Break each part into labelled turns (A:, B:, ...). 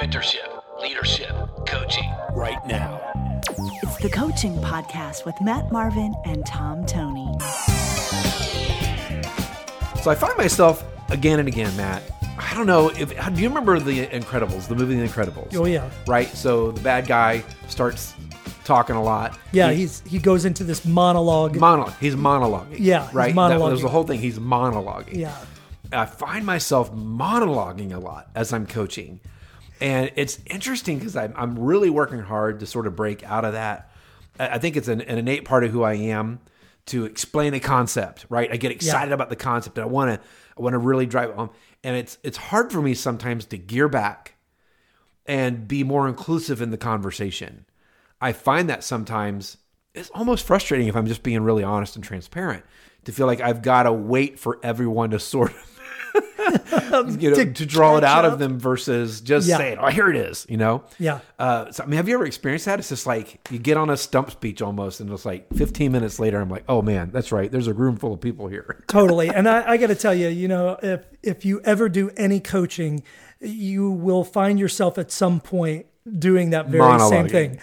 A: mentorship, leadership, coaching right now.
B: It's the Coaching Podcast with Matt Marvin and Tom Tony.
C: So I find myself again and again, Matt. I don't know if do you remember the Incredibles, the movie The Incredibles?
D: Oh, yeah.
C: right. So the bad guy starts talking a lot.
D: Yeah,
C: He-
D: he's he goes into this monologue.
C: monologue. He's monologuing.
D: Yeah, he's
C: right. That was
D: monologuing.
C: the whole thing. He's monologuing.
D: yeah,
C: I find myself monologuing a lot as I'm coaching. And it's interesting because I'm, I'm really working hard to sort of break out of that. I I think it's an, an innate part of who I am to explain a concept, right? I get excited about the concept and I want to I want to really drive it home. And it's it's hard for me sometimes to gear back and be more inclusive in the conversation. I find that sometimes it's almost frustrating if I'm just being really honest and transparent to feel like I've got to wait for everyone to sort of you know, to,
D: To
C: draw it
D: catch
C: out of
D: up.
C: them versus just
D: Yeah.
C: saying, "Oh, here it is," you know.
D: Yeah.
C: Uh, so, I mean, have you ever experienced that? It's just like you get on a stump speech almost, and it's like 15 minutes later, I'm like, "Oh man, that's right. There's a room full of people here."
D: totally. And I, I got to tell you, you know, if if you ever do any coaching, you will find yourself at some point doing that very same
C: Monologuing.
D: thing.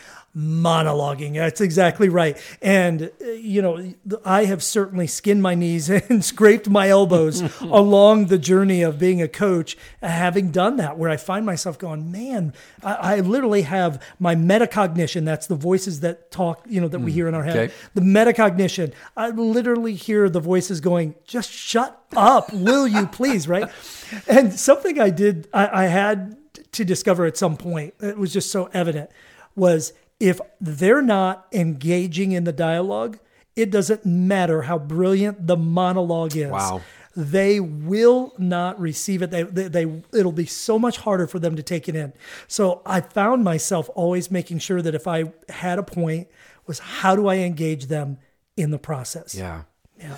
D: Monologuing. That's exactly right. And, uh, you know, I have certainly skinned my knees and scraped my elbows along the journey of being a coach, having done that, where I find myself going, man, I, I literally have my metacognition. That's the voices that talk, you know, that we hear in our head.
C: Mm. okay.
D: The metacognition. I literally hear the voices going, just shut up, will you please, right? And something I did, I, I had to discover at some point, it was just so evident, was if they're not engaging in the dialogue, it doesn't matter how brilliant the monologue is
C: Wow.
D: they will not receive it. They, they, they, it'll be so much harder for them to take it in. So I found myself always making sure that if I had a point, was how do I engage them in the process?
C: Yeah.
D: Yeah.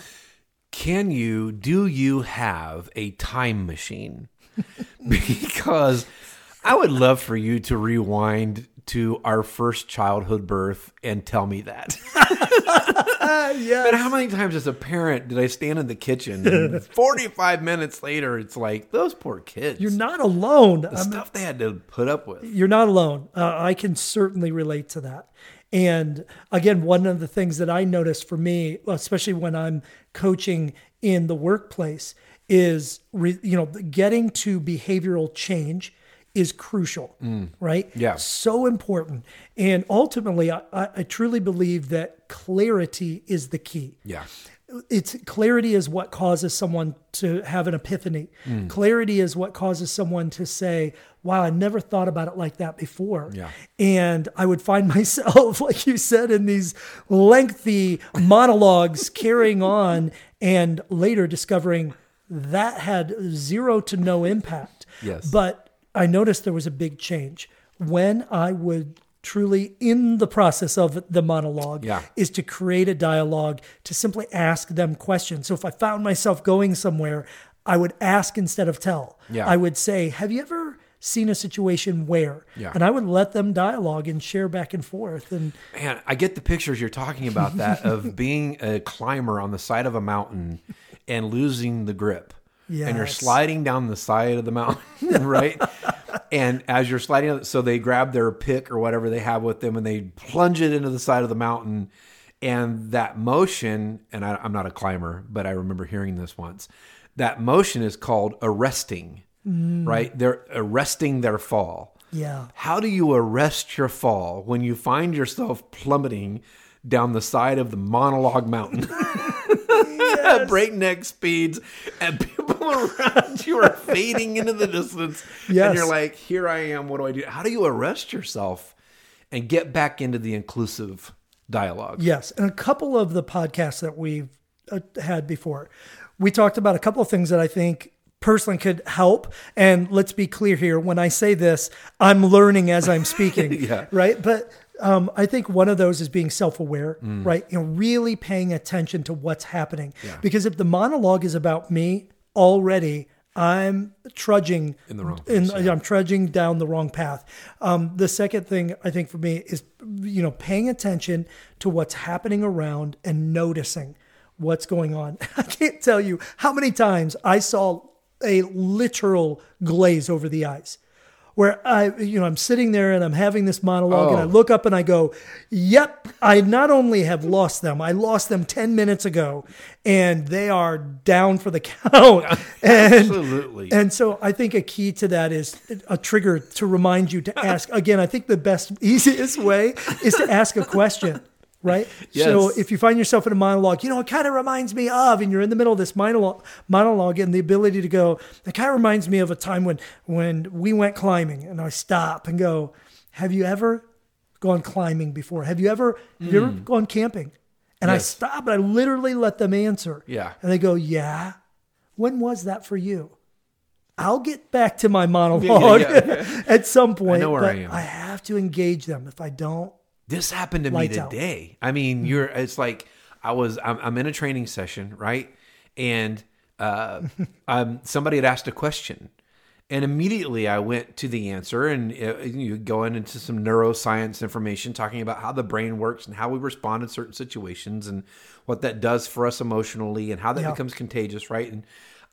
C: Can you, do you have a time machine? because I would love for you to rewind to our first childhood birth and tell me that.
D: yeah.
C: But how many times as a parent did I stand in the kitchen and 45 minutes later, it's like, those poor kids.
D: You're not alone.
C: the
D: I'm-
C: stuff they had to put up with.
D: you're not alone. Uh, I can certainly relate to that. And again, one of the things that I notice for me, especially when I'm coaching in the workplace, is re, you know getting to behavioral change is crucial, right?
C: Yeah.
D: so important. And ultimately, I, I I truly believe that clarity is the key
C: Yeah.
D: it's clarity is what causes someone to have an epiphany.
C: Mm.
D: Clarity is what causes someone to say, "Wow, I never thought about it like that before."
C: Yeah.
D: And I would find myself, like you said, in these lengthy monologues carrying on and later discovering that had zero to no impact.
C: Yes.
D: But I noticed there was a big change when I would truly in the process of the monologue
C: Yeah.
D: is to create a dialogue to simply ask them questions. So if I found myself going somewhere, I would ask instead of tell.
C: Yeah.
D: I would say, "Have you ever seen a situation where?"
C: Yeah.
D: And I would let them dialogue and share back and forth and
C: Man, I get the pictures you're talking about that of being a climber on the side of a mountain and losing the grip. And you're
D: Yes.
C: sliding down the side of the mountain, right? and as you're sliding, so they grab their pick or whatever they have with them and they plunge it into the side of the mountain. And that motion, and I, I'm not a climber, but I remember hearing this once that motion is called arresting, right? They're arresting their fall.
D: Mm. yeah.
C: How do you arrest your fall when you find yourself plummeting down the side of the monologue mountain at breakneck speeds and people around you are fading into the distance?
D: Yes.
C: And you're like, here I am, what do I do? How do you arrest yourself and get back into the inclusive dialogue?
D: Yes, and a couple of the podcasts that we've uh, had before, we talked about a couple of things that I think personally could help. And let's be clear here: when I say this, I'm learning as I'm speaking,
C: Yeah.
D: right? But um, I think one of those is being self-aware, right? You know, really paying attention to what's happening, because if the monologue is about me already. I'm trudging in
C: the wrong
D: in, I'm trudging down the wrong path. Um, the second thing I think for me is, you know, paying attention to what's happening around and noticing what's going on. I can't tell you how many times I saw a literal glaze over the eyes where I, you know, I'm sitting there and I'm having this monologue and
C: Oh.
D: I look up and I go, yep, I not only have lost them, I lost them 10 minutes ago and they are down for the count. and,
C: Absolutely.
D: and so I think a key to that is a trigger to remind you to ask. Again, I think the best, easiest way is to ask a question, right? So
C: Yes.
D: if you find yourself in a monologue, you know, it kind of reminds me of, and you're in the middle of this monologue, monologue and the ability to go, it kind of reminds me of a time when, when we went climbing and I stop and go, have you ever gone climbing before? Have you ever, have you ever gone camping? And I
C: Mm. Yes.
D: stop and I literally let them answer.
C: Yeah.
D: And they go, yeah. When was that for you? I'll get back to my monologue at some point.
C: know where
D: but
C: I am.
D: I have to engage them. If I don't,
C: this happened to me
D: Lights out. Hmm.
C: today. I mean, you're it's like I was I'm, I'm in a training session, right? And uh, um, somebody had asked a question, and immediately I went to the answer, and uh, you go in into some neuroscience information talking about how the brain works and how we respond in certain situations and what that does for us emotionally and how that
D: Yeah.
C: becomes contagious, right? And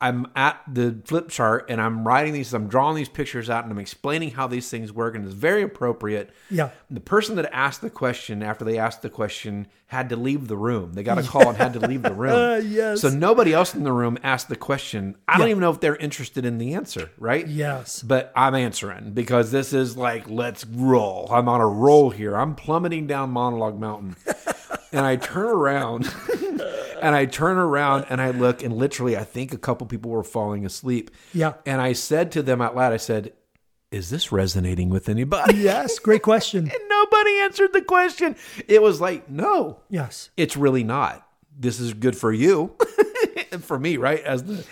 C: I'm at the flip chart and I'm writing these, I'm drawing these pictures out and I'm explaining how these things work, and it's very appropriate.
D: Yeah.
C: The person that asked the question after they asked the question had to leave the room. They got a call and had to leave the room.
D: Uh, yes.
C: So nobody else in the room asked the question. I don't even know if they're interested in the answer, right?
D: Yes.
C: But I'm answering because this is like, let's roll. I'm on a roll here. I'm plummeting down Monologue Mountain. and I turn around and I turn around and I look and literally I think a couple people were falling asleep.
D: Yeah.
C: And I said to them out loud, I said, is this resonating with anybody?
D: yes, great question.
C: and nobody answered the question. It was like, no,
D: Yes.
C: it's really not. This is good for you, and for me, right? As the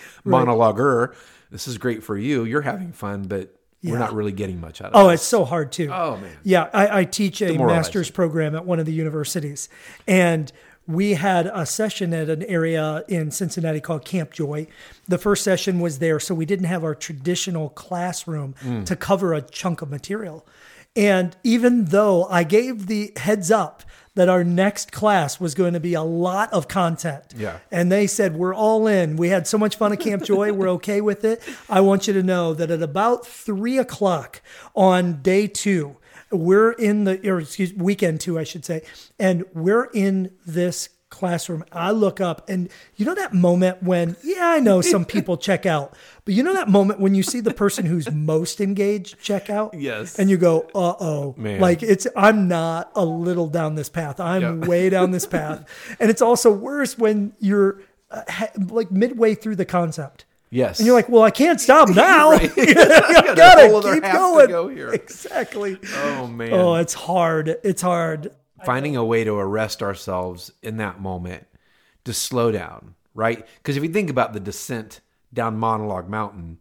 C: monologuer, this is great for you. You're having fun, but we're not really getting much out of
D: Oh,
C: it.
D: it's so hard too.
C: Oh, man.
D: Yeah, I, I teach a
C: Demoralizing.
D: master's program at one of the universities, and we had a session at an area in Cincinnati called Camp Joy. The first session was there, so we didn't have our traditional classroom
C: Hmm.
D: to cover a chunk of material. And even though I gave the heads up that our next class was going to be a lot of content,
C: Yeah.
D: and they said, We're all in. We had so much fun at Camp Joy. We're okay with it. I want you to know that at about three o'clock on day two, we're in the, or excuse weekend two, I should say, and we're in this classroom. I look up and you know that moment when, yeah, I know some people check out, but you know that moment when you see the person who's most engaged check out?
C: Yes.
D: And you go, uh oh.
C: Man.
D: Like it's, I'm not a little down this path. I'm
C: Yeah.
D: way down this path. and it's also worse when you're uh, ha- like midway through the concept.
C: yes,
D: And you're like, well, I can't stop now.
C: I
D: gotta keep going.
C: go here.
D: exactly.
C: Oh man,
D: Oh, it's hard. It's hard.
C: finding a way to arrest ourselves in that moment to slow down, right? Because if you think about the descent down Monologue Mountain,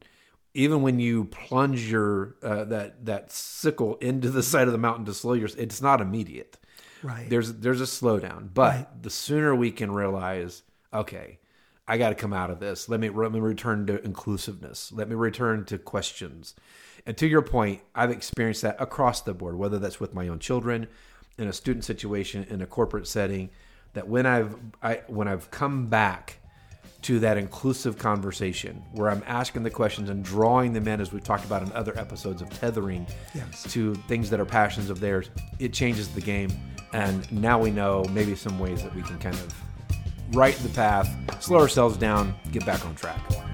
C: even when you plunge your uh, that that sickle into the side of the mountain to slow yourself, it's not immediate.
D: Right.
C: There's there's a slowdown, but the sooner we can realize, okay, I got to come out of this. Let me let me return to inclusiveness. Let me return to questions. And to your point, I've experienced that across the board, whether that's with my own children, in a student situation, in a corporate setting, that when I've I, when I've come back to that inclusive conversation where I'm asking the questions and drawing them in, as we've talked about in other episodes of tethering
D: Yes.
C: to things that are passions of theirs, it changes the game. And now we know maybe some ways that we can kind of right the path, slow ourselves down, get back on track.